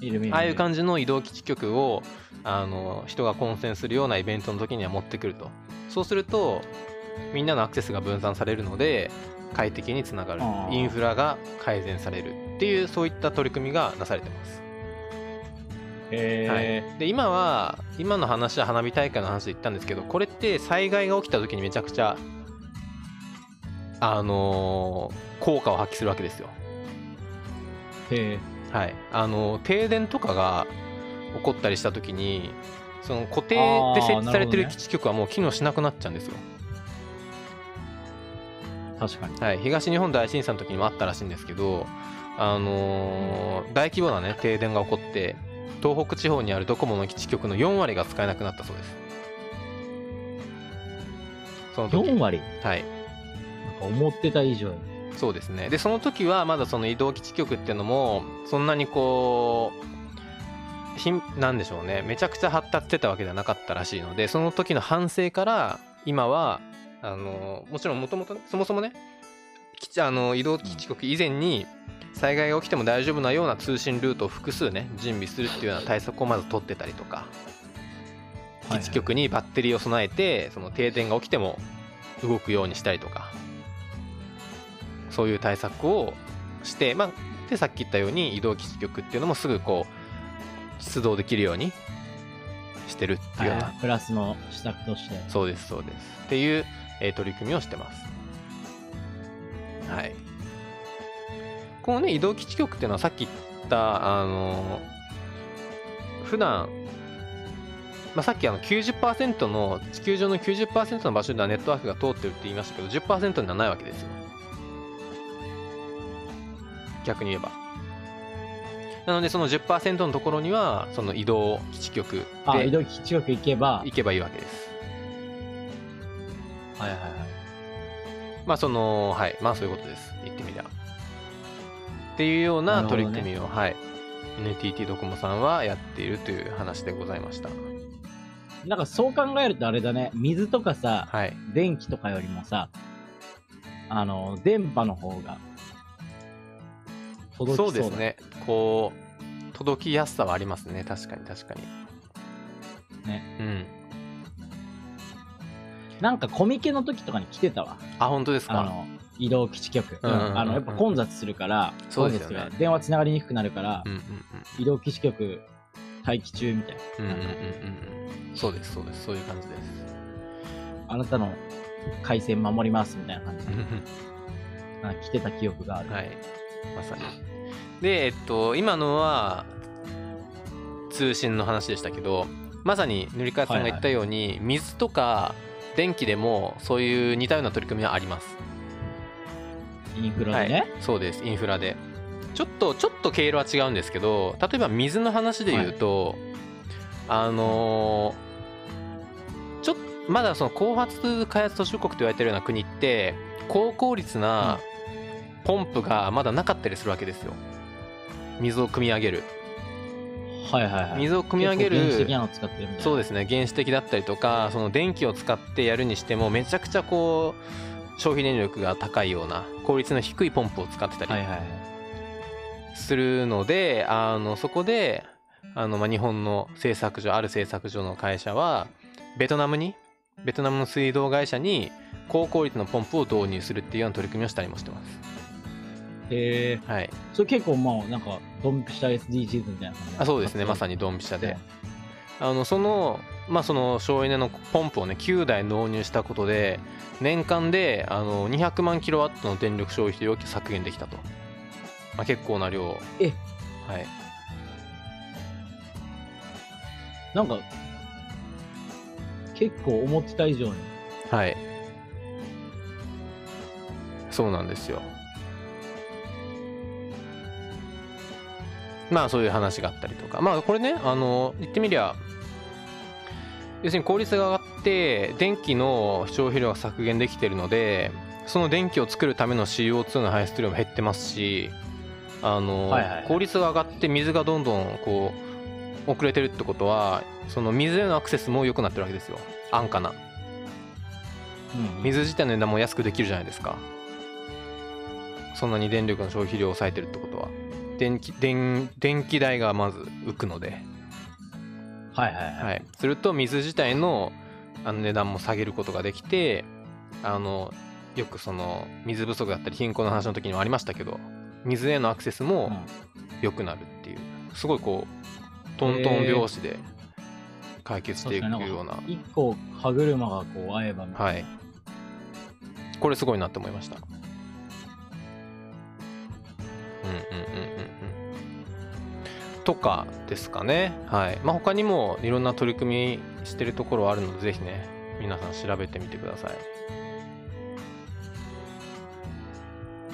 いる見る。
ああいう
じ。
感じの移動基地局をあの人が混戦するようなイベントの時には持ってくるとそうするとみんなのアクセスが分散されるので快適につながる
あー
インフラが改善されるっていうそういった取り組みがなされてます、
へ
はい、で今は今の話は花火大会の話で言ったんですけどこれって災害が起きた時にめちゃくちゃあのー効果を発揮するわけですよ
え。へえ。
はい、あの停電とかが起こったりした時にその固定
あー
で設置されて
なるほど
る
ね
基地局はもう機能しなくなっちゃうんですよ、
確かに。
はい、東日本大震災の時にもあったらしいんですけど、あのー大規模な、ね、停電が起こって東北地方にあるドコモの基地局の4割が使えなくなったそうですその時
4割
はい
なんか思ってた以上に。
そうですねでその時はまだその移動基地局っていうのもそんなにこうひんなんでしょうねめちゃくちゃ発達してたわけではなかったらしいのでその時の反省から今はあのもちろんもともとそもそもね基地あの移動基地局以前に災害が起きても大丈夫なような通信ルートを複数ね準備するっていうような対策をまず取ってたりとか基地局にバッテリーを備えてその停電が起きても動くようにしたりとかそういう対策をして、まあ、でさっき言ったように移動基地局っていうのもすぐこう出動できるようにしてるっていうような、
はいプラスの施策として。
そうですそうですっていう、えー取り組みをしてますはいこのね移動基地局っていうのはさっき言ったあのー普段まあ、さっきあの90%の地球上の90%の場所ではネットワークが通ってるって言いましたけど10%にはないわけですよ逆に言えばなのでその10%のところにはその移動基地局
あ、移
で
動基地局行けば、
行けばいいわけです
はいはいはい。
まあそのはいまあそういうことです言ってみりゃっていうような
なるほど
取
ね
り組みを、はい NTT ドコモさんはやっているという話でございました
なんかそう考えるとあれだね、水とかさ、
はい
電気とかよりもさ、あの、電波の方が、届き
そ
そううだ
です。ねこう届きやすさはありますね確かに確かに
ね
うん
なんかコミケの時とかに来てたわ。
あ本当です
あ
か
の、移動基地局。
うんうんうんうん
あの、やっぱ混雑するから、
そうですよね
混雑が電話つながりにくくなるから、
うんうん
移動基地局待機中みたいな。
うんうんうんうんうんうんそうですそうですそういう感じです
あなたの回線守りますみたいな感じ
う
で
んうん
なんか来てた記憶がある。
はい、まさに。で、えっと、今のは通信の話でしたけど、まさに塗り替えさんが言ったように、水とか電気でもそういう似たような取り組みはあります。
インフラでね。
はい、そうです、インフラで。ちょっと、ちょっと経路は違うんですけど、例えば水の話で言うと、あのーちょっと、まだその後発開発途上国と言われてるような国って、高効率なポンプがまだなかったりするわけですよ。水を汲み上げる。
はいはいはい。
水を汲み上げる。
結構原始的なの使ってるみたいな。
そうですね原始的だったりとかその電気を使ってやるにしてもめちゃくちゃこう消費電力が高いような効率の低いポンプを使ってた
はい
り
はいはい。
するので、あのそこであの、まあ、日本の製作所ある製作所の会社はベトナムにベトナムの水道会社に高効率のポンプを導入するっていうような取り組みをしたりもしてます。
へえ。
はい、
それ結構まあなんかドンピシャ SDGs みたいな感じ
あそうですねまさ
に
にドンピシャであのそのまあその省エネのポンプをね9台納入したことで年間であの200万キロワットの電力消費量を削減できたと、まあ、結構な量
え
はい
なんか結構思ってた以上に
はいそうなんですよまあそういう話があったりとかまあこれねあの言ってみりゃ要するに効率が上がって電気の消費量が削減できてるのでその電気を作るための CO2 の排出量も減ってますしあの、
はいはいはい
効率が上がって水がどんどんこう遅れてるってことはその水へのアクセスも良くなってるわけですよ安価な
うん
水自体の値段も安くできるじゃないですかそんなに電力の消費量を抑えてるってことは電気電電気代がまず浮くので、
はいはいはい、
はい、すると水自体のあの値段も下げることができてあのよくその水不足だったり貧困の話の時にもありましたけど水へのアクセス
う
も
ん
良くなるっていうすごいこうトントン拍子で解決していく
確かに
ような、
一個歯車がこう合えばみたいな、
はい、これすごいなって思いました。うんうんうんうんうん。とかですかね。はい。まあ、他にもいろんな取り組みしてるところはあるので、ぜひね、皆さん調べてみてください。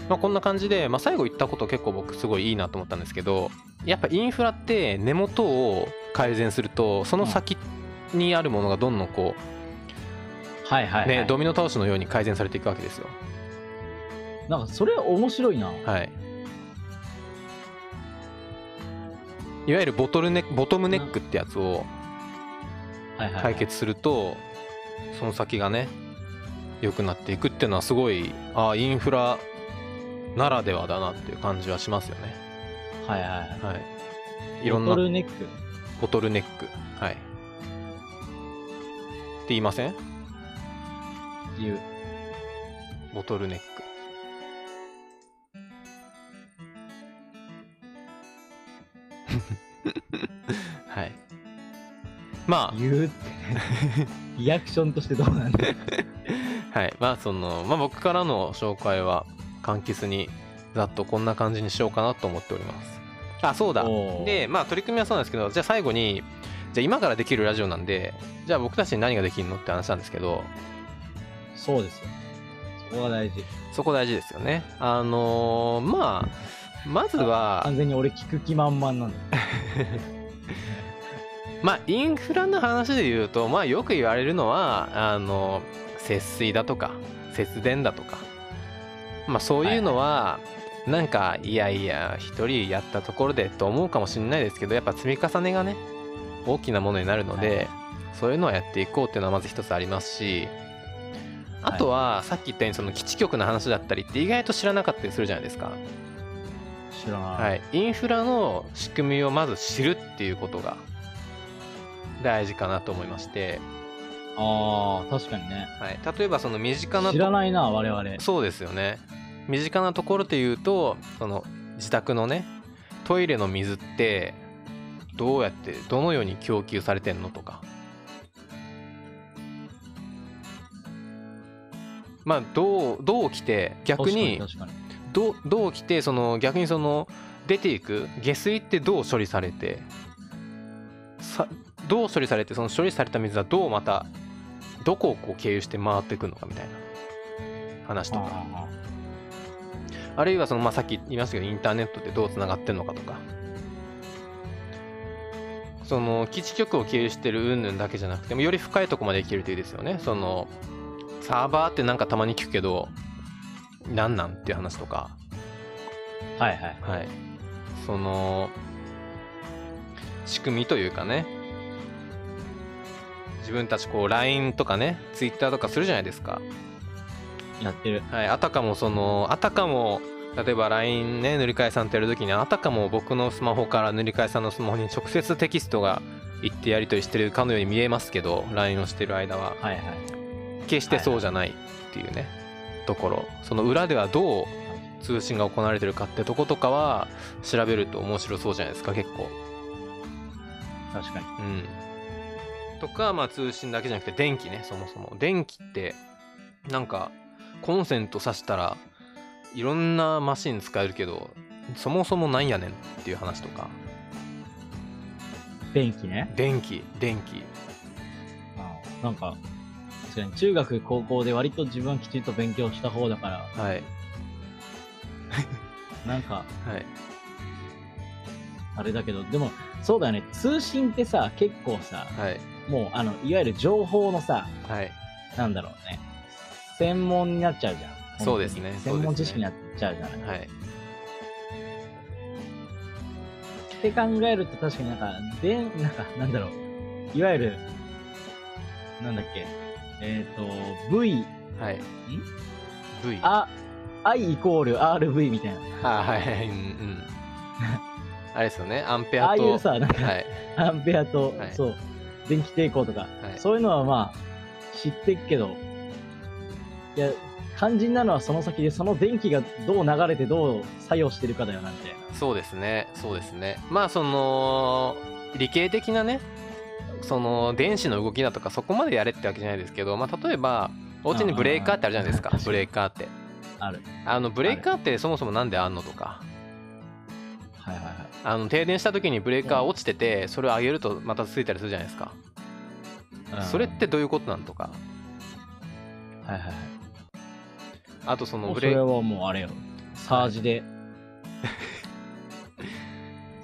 まあ、こんな感じで、まあ、最後言ったこと結構僕すごいいいなと思ったんですけどやっぱインフラって根元を改善するとその先にあるものがどんどんこう
はいはいはい
ね、ドミノ倒しのように改善されていくわけですよ。
なんかそれ面白いな、
はい。いわゆるボトルネックボトムネックってやつを
はいはいはい
解決すると、その先がね、良くなっていくっていうのはすごい、ああ、インフラならではだなっていう感じはしますよね。
はいはいはい
はい。いろん
ボ
な
トルネック
ボトルネック。はい。言いません
ていう。
ボトルネック。 <laughs> はい。ま
言うって。リアクションとしてどうなんだ
あ、はい。まあ、その、まあ僕からの紹介は、簡潔に、ざっとこんな感じにしようかなと思っております。あ、そうだ。
おー
で、まあ取り組みはそうなんですけど、じゃあ最後に、じゃあ今からできるラジオなんで、じゃあ僕たちに何ができるのって話なんですけど、
そうですよ。そこが大事。
そこ大事ですよね。あのーまあ、まずは、
完全に俺聞く気満々なんだ。
まあインフラの話で言うとまあよく言われるのはあの節水だとか節電だとかまあそういうのはなんかいやいや一人やったところでと思うかもしれないですけどやっぱ積み重ねがね大きなものになるのでそういうのはやっていこうっていうのはまず一つありますしあとはさっき言ったようにその基地局の話だったりって意外と知らなかったりするじゃないですか。
知らない。
はい、インフラの仕組みをまず知るっていうことが大事かなと思いまして、
ああ、確かにね。
はい、例えばその身近な
知
と
らないな、我々。はい
そうですよね身近なところで言うとその自宅のねトイレの水ってどうやってどのように供給されてんのとかまあどうどう来て逆に
確かに確か
どうどう来てその逆にその出ていく下水ってどう処理されてさどう処理されてその処理された水はどうまたどこをこう経由して回っていくのかみたいな話と
に
か
あ
あるいはその、まあ、さっき言いましたけどインターネットでどうつながってるのかとかその基地局を経由してる云々だけじゃなくてもより深いとこまで行けるといいですよねそのサーバーってなんかたまに聞くけどなんなんっていう話とか
ーはいは
は
い。
い、その仕組みというかね自分たちこう LINE とかね Twitter とかするじゃないですか、
やってる。
はい、あたかもそのあたかも例えば LINE ね塗り替えさんとやるときにあたかも僕のスマホから塗り替えさんのスマホに直接テキストが行ってやり取りしてるかのように見えますけど LINE をしてる間は
はいはい。
決してそうじゃないっていうねところその裏ではどう通信が行われてるかってとことかは調べると面白そうじゃないですか結構
確かに。
うんとかまあ通信だけじゃなくて電気ねそもそも電気ってなんかコンセント挿したらいろんなマシン使えるけどそもそもなんやねんっていう話とか
電気ね。
電気電気
うんなんか、確かに中学、高校で割と自分はきちんと勉強した方だから、
はい
なんか、
はい
あれだけど、でも、そうだよね。通信ってさ、結構さ、
はい
もう、あの、いわゆる情報のさ、
はい
なんだろうね。専門になっちゃうじゃん。本当に
そうですね
専門知識になっちゃうじゃない。
はい
って考えると確かになんか、で、なんか、なんだろう。いわゆる、なんだっけ。えっ、と、V、
はい V
あ、I イコール RV みたいな。
あはいはいうんう
<laughs>
んあれですよねアンペ
あ
ア
あい
と
うさ、なんか、
はい
アンペアと、
はい
そう、電気抵抗とか、
はい
そういうのはまあ、知ってっけど、いや、肝心なのはその先で、その電気がどう流れてどう作用してるかだよな、みたいな。
そうですねそうですねまあその理系的なねその電子の動きだとかそこまでやれってわけじゃないですけど、まあ、例えばお家にブレーカーってあるじゃないですか
うんうんうん
ブレーカーって
ある。
あのブレーカーってそもそもなんであんのとか
はいはいはい。
あの停電した時にブレーカー落ちててそれを上げるとまたついたりするじゃないですか
うん
それって、どういうことなんとか
はいはいはい。
あとその
も
ブ
うそ
レー
れはもうあれよ。サージで。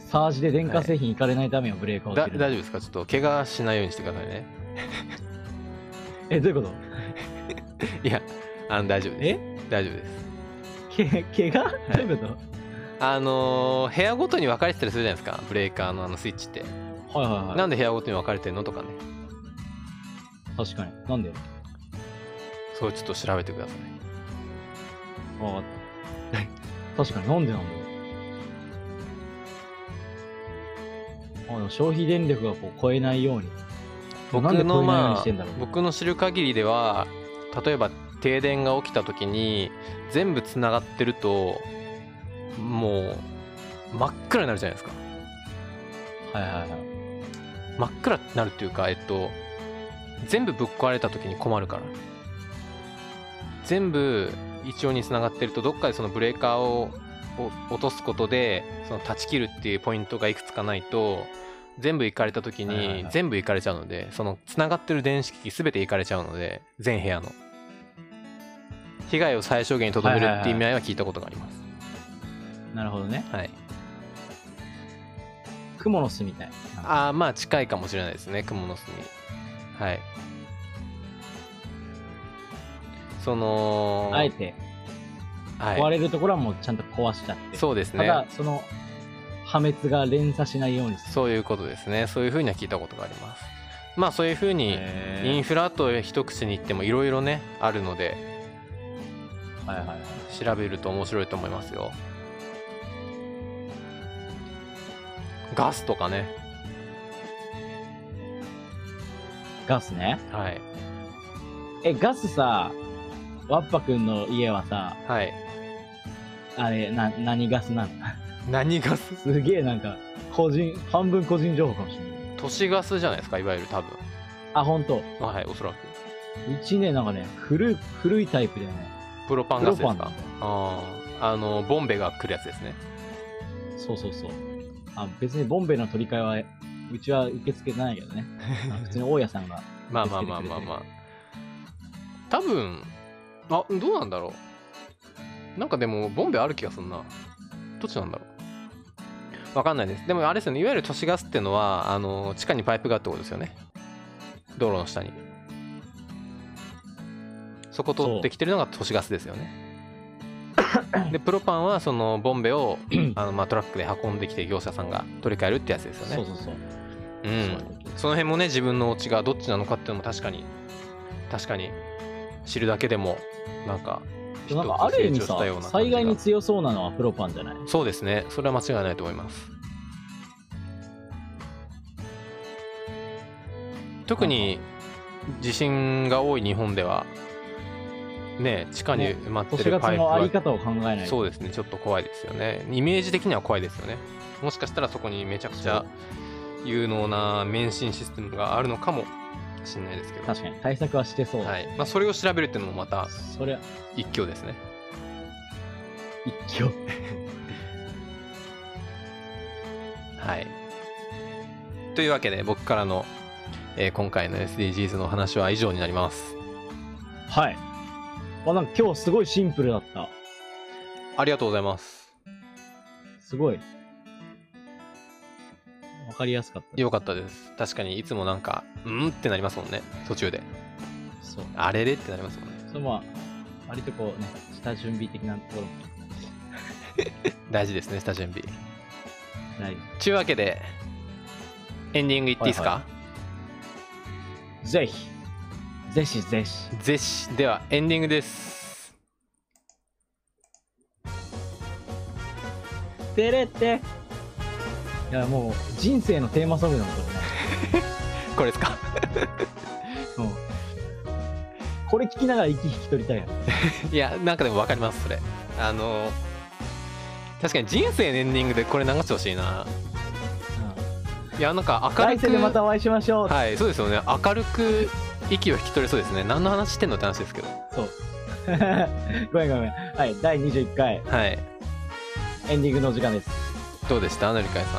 サージで電化製品いかれないためよ、ブレーカーを
だ
切
大丈
る。
夫ですかちょっと怪我しないようにしてくださいね
え、どういうこと
いやあの大丈夫です
え
大丈夫です
け、怪我、どういうこ
あのー部屋ごとに分かれてたりするじゃないですかブレーカーのあのスイッチって
とはいはいはい。
なんで部屋ごとに分かれてるのとかね
確かに。なんで
そうちょっと調べてください
あわかった。確かになんでなんだろう。あでも消費電力がこう超えないように。なんで
僕
こ
の
ういう悩み
ま
してんだ
あ
ろう
僕の知る限りでは例えば停電が起きた時に全部つながってるともう真っ暗になるじゃないですか
はいはいはい。
真っ暗になるっていうかえっと全部ぶっ壊れた時に困るから全部一応に繋がってるとどっかでそのブレーカーをを落とすことでその断ち切るっていうポイントがいくつかないと全部いかれた時
はいはい
に
はい
全部いかれちゃうのでその繋がってる電子機器全ていかれちゃうので全部屋の被害を最小限にとどめるっていう意味合いは聞いたことがあります
なるほどね。
はい
クモの巣みたい。
ああまあ近いかもしれないですね蜘蛛の巣にはいその
あえて壊
はい、
れるところはもうちゃんと壊しちゃって。
そうです
ただ
ね、
その破滅が連鎖しないようにする。
そういうことですねそういうふうには聞いたことがありますまあそういうふうにイン
へ
フラと一口に言ってもいろいろねあるので
ーはいはいはい。
調べると面白いと思いますよガスとかね
ガスね。
はい
え、ガスさ、ワッパくんの家はさ、
はい
あれ、な、何ガスなん <laughs> だ
何ガス
すげえなんか、個人、半分個人情報かもしれない。
都市ガスじゃないですかいわゆる多分
あ、ほんと。
はいおそらく
うちね、なんかね、古い、古いタイプでね、
プロパン
プ
ガ
ロ
スです
パン
か
なんだよ。
あああのボンベが来るやつですね
そうそうそう。あ、別にボンベの取り替えは、うちは受け付けてないけどね。あ普通に大家
<laughs>
さんが。
まあまあまあまあまあ多分あどうなんだろうなんかでもボンベある気がすんなどっちなんだろうわかんないですでもあれですよねいわゆる都市ガスっていうのはあの地下にパイプがあるってことですよね道路の下にそこ通ってきてるのが都市ガスですよねでプロパンはそのボンベをあの、まあ、トラックで運んできて業者さんが取り替えるってやつですよね
そうそうそう。
う、
うん
その辺もね自分のお家がどっちなのかっていうのも確かに確かに知るだけでもなんか一つ
なんかある意味
成長
さ
したような感じが
災害に強そうなのはプロパンじゃない
そうですねそれは間違いないと思います特に地震が多い日本ではね地下に埋まって
都市
る
ガス
パイプ
の
は
あり方を考えない
そううですねちょっと怖いですよねイメージ的には怖いですよねもしかしたらそこにめちゃくちゃ有能な免震システムがあるのかもしれないですけど、
確かに対策はしてそう、
はいまあ、それを調べるっていうのもまた
それ
一興ですね
一挙
はいというわけで僕からの、えー今回の SDGs の話は以上になります
はいあなんか今日すごいシンプルだった
ありがとうございます
すごいわかりやすかった
よかったです確かにいつもなんか「うん?」ってなりますもんね途中で
そう
「あれれ?」ってなりますもんね
それまあ割とこうね下準備的なところも
大事ですね下準備
ない
ちゅうわけでエンディングいっていいですか、
はいぜひぜひぜひ
ぜしではエンディングです
てれっていやもう人生のテーマソングだもんこれね
これですか
うんこれ聞きながら息引き取りたいよね
いやなんかでも分かりますそれあの確かに人生のエンディングでこれ流してほしいないやなんか明る
来世
く
でまたお会いしましょう、
はいそうですよね明るく息を引き取れそうですね何の話してんのって話ですけど
そう <laughs> ごめんごめんはい第21回
はい
エンディングのお時間です
どうでしたのりかいさん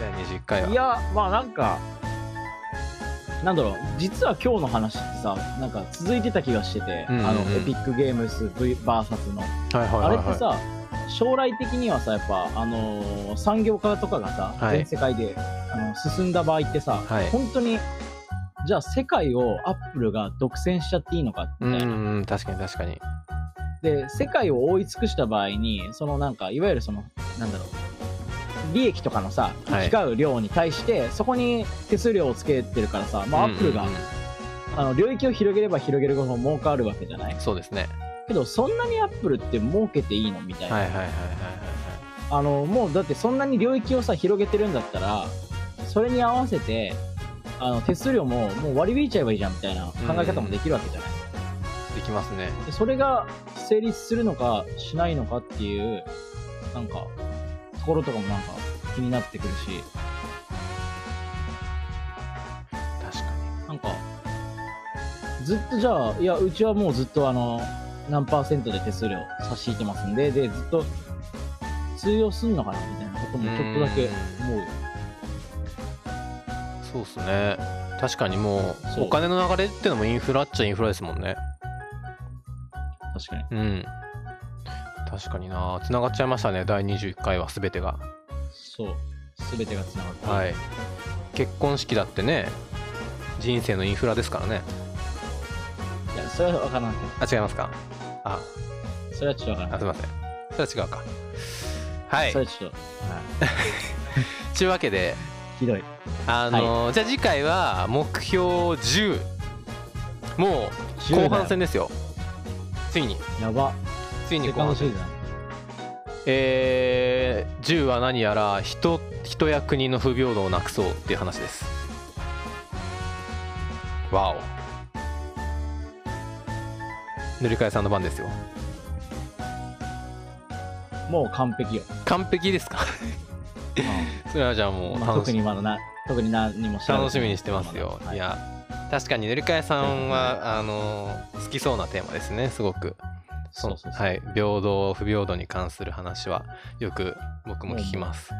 第21回はい
やまあなんかなんだろう実は今日の話ってさなんか続いてた気がしてて、
うんうんうん
あのエピックゲームス VS の、
はいは
あれってさ将来的にはさやっぱ、あのー産業化とかがさ、
はい
全世界であの進んだ場合ってさ、
はい
本当にじゃあ世界をアップルが独占しちゃっていいのかみ
うん
たいな、
うんうん確かに確かに
で世界を覆い尽くした場合にそのなんかいわゆるそのなんだろう利益とかのさ
はい
行き交う量に対して、そこに手数料をつけてるからさ、まあ、アップルが、
うんうんうん
あの領域を広げれば広げるほど儲かるわけじゃない
そうですね
けどそんなにアップルって儲けていいのみたいな、
はいはいはいはいはい
あのもうだってそんなに領域をさ広げてるんだったらそれに合わせてあの手数料ももう割り引いちゃえばいいじゃんみたいな考え方もできるわけじゃない、
できますね
でそれが成立するのかしないのかっていうなんかところとかもなんか気になってくるし
確か
なんかずっとじゃあいやうちはもうずっとあの何パーセントで手数料差し引いてますんででずっと通用すんのかなみたいなことも
に
ちょっとだけ思う
うんそうっすね確かにもう
そう
お金の流れってのもインフラっちゃインフラですもんね
確かに
うん確かにな繋がっちゃいましたね第21回は全てが
そう全てがつながってる
はい結婚式だってね人生のインフラですからね
いやそれは分からんけど
あ違いますかあ
それはちょっと分からん
あすいませんそれは違うかはい
それはちょっと、はい、
というわけで
ひどい
あのーじゃあ次回は目標10もう後半戦ですよついに
やば
ついに
セ
後
カンド
半
シ
戦
ーズン
えー、10は何やら人人や国の不平等をなくそうっていう話ですわお塗り替えさんの番ですよ
もう完
<laughs>
璧よ、
完璧ですかそれはじゃあもう
まあ、
楽
特
し
にまだな特に何も知らない
楽しみにしてますよ、、
はい
や確かに塗り替えさん
<laughs>
はあのー好きそうなテーマですねすごく
そうそうそう、
はい平等不平等に関する話はよく僕も聞きます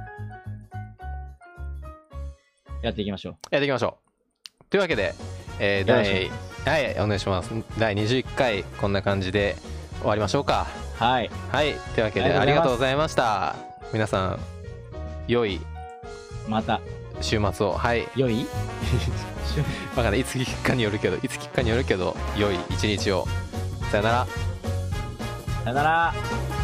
やっていきましょう
やっていきましょうというわけで、えー
よろしくお願
第
いします
はいお願いします第21回こんな感じで終わりましょうか
はい
はいというわけであ
あ
り
り
がと
がと
う
う
ご
ご
ざいました皆さん良い
また
週末をはい <laughs>
良い
わかんないいつ聞くかによるけどいつ聞くかによるけど良い一日をさよなら
さよなら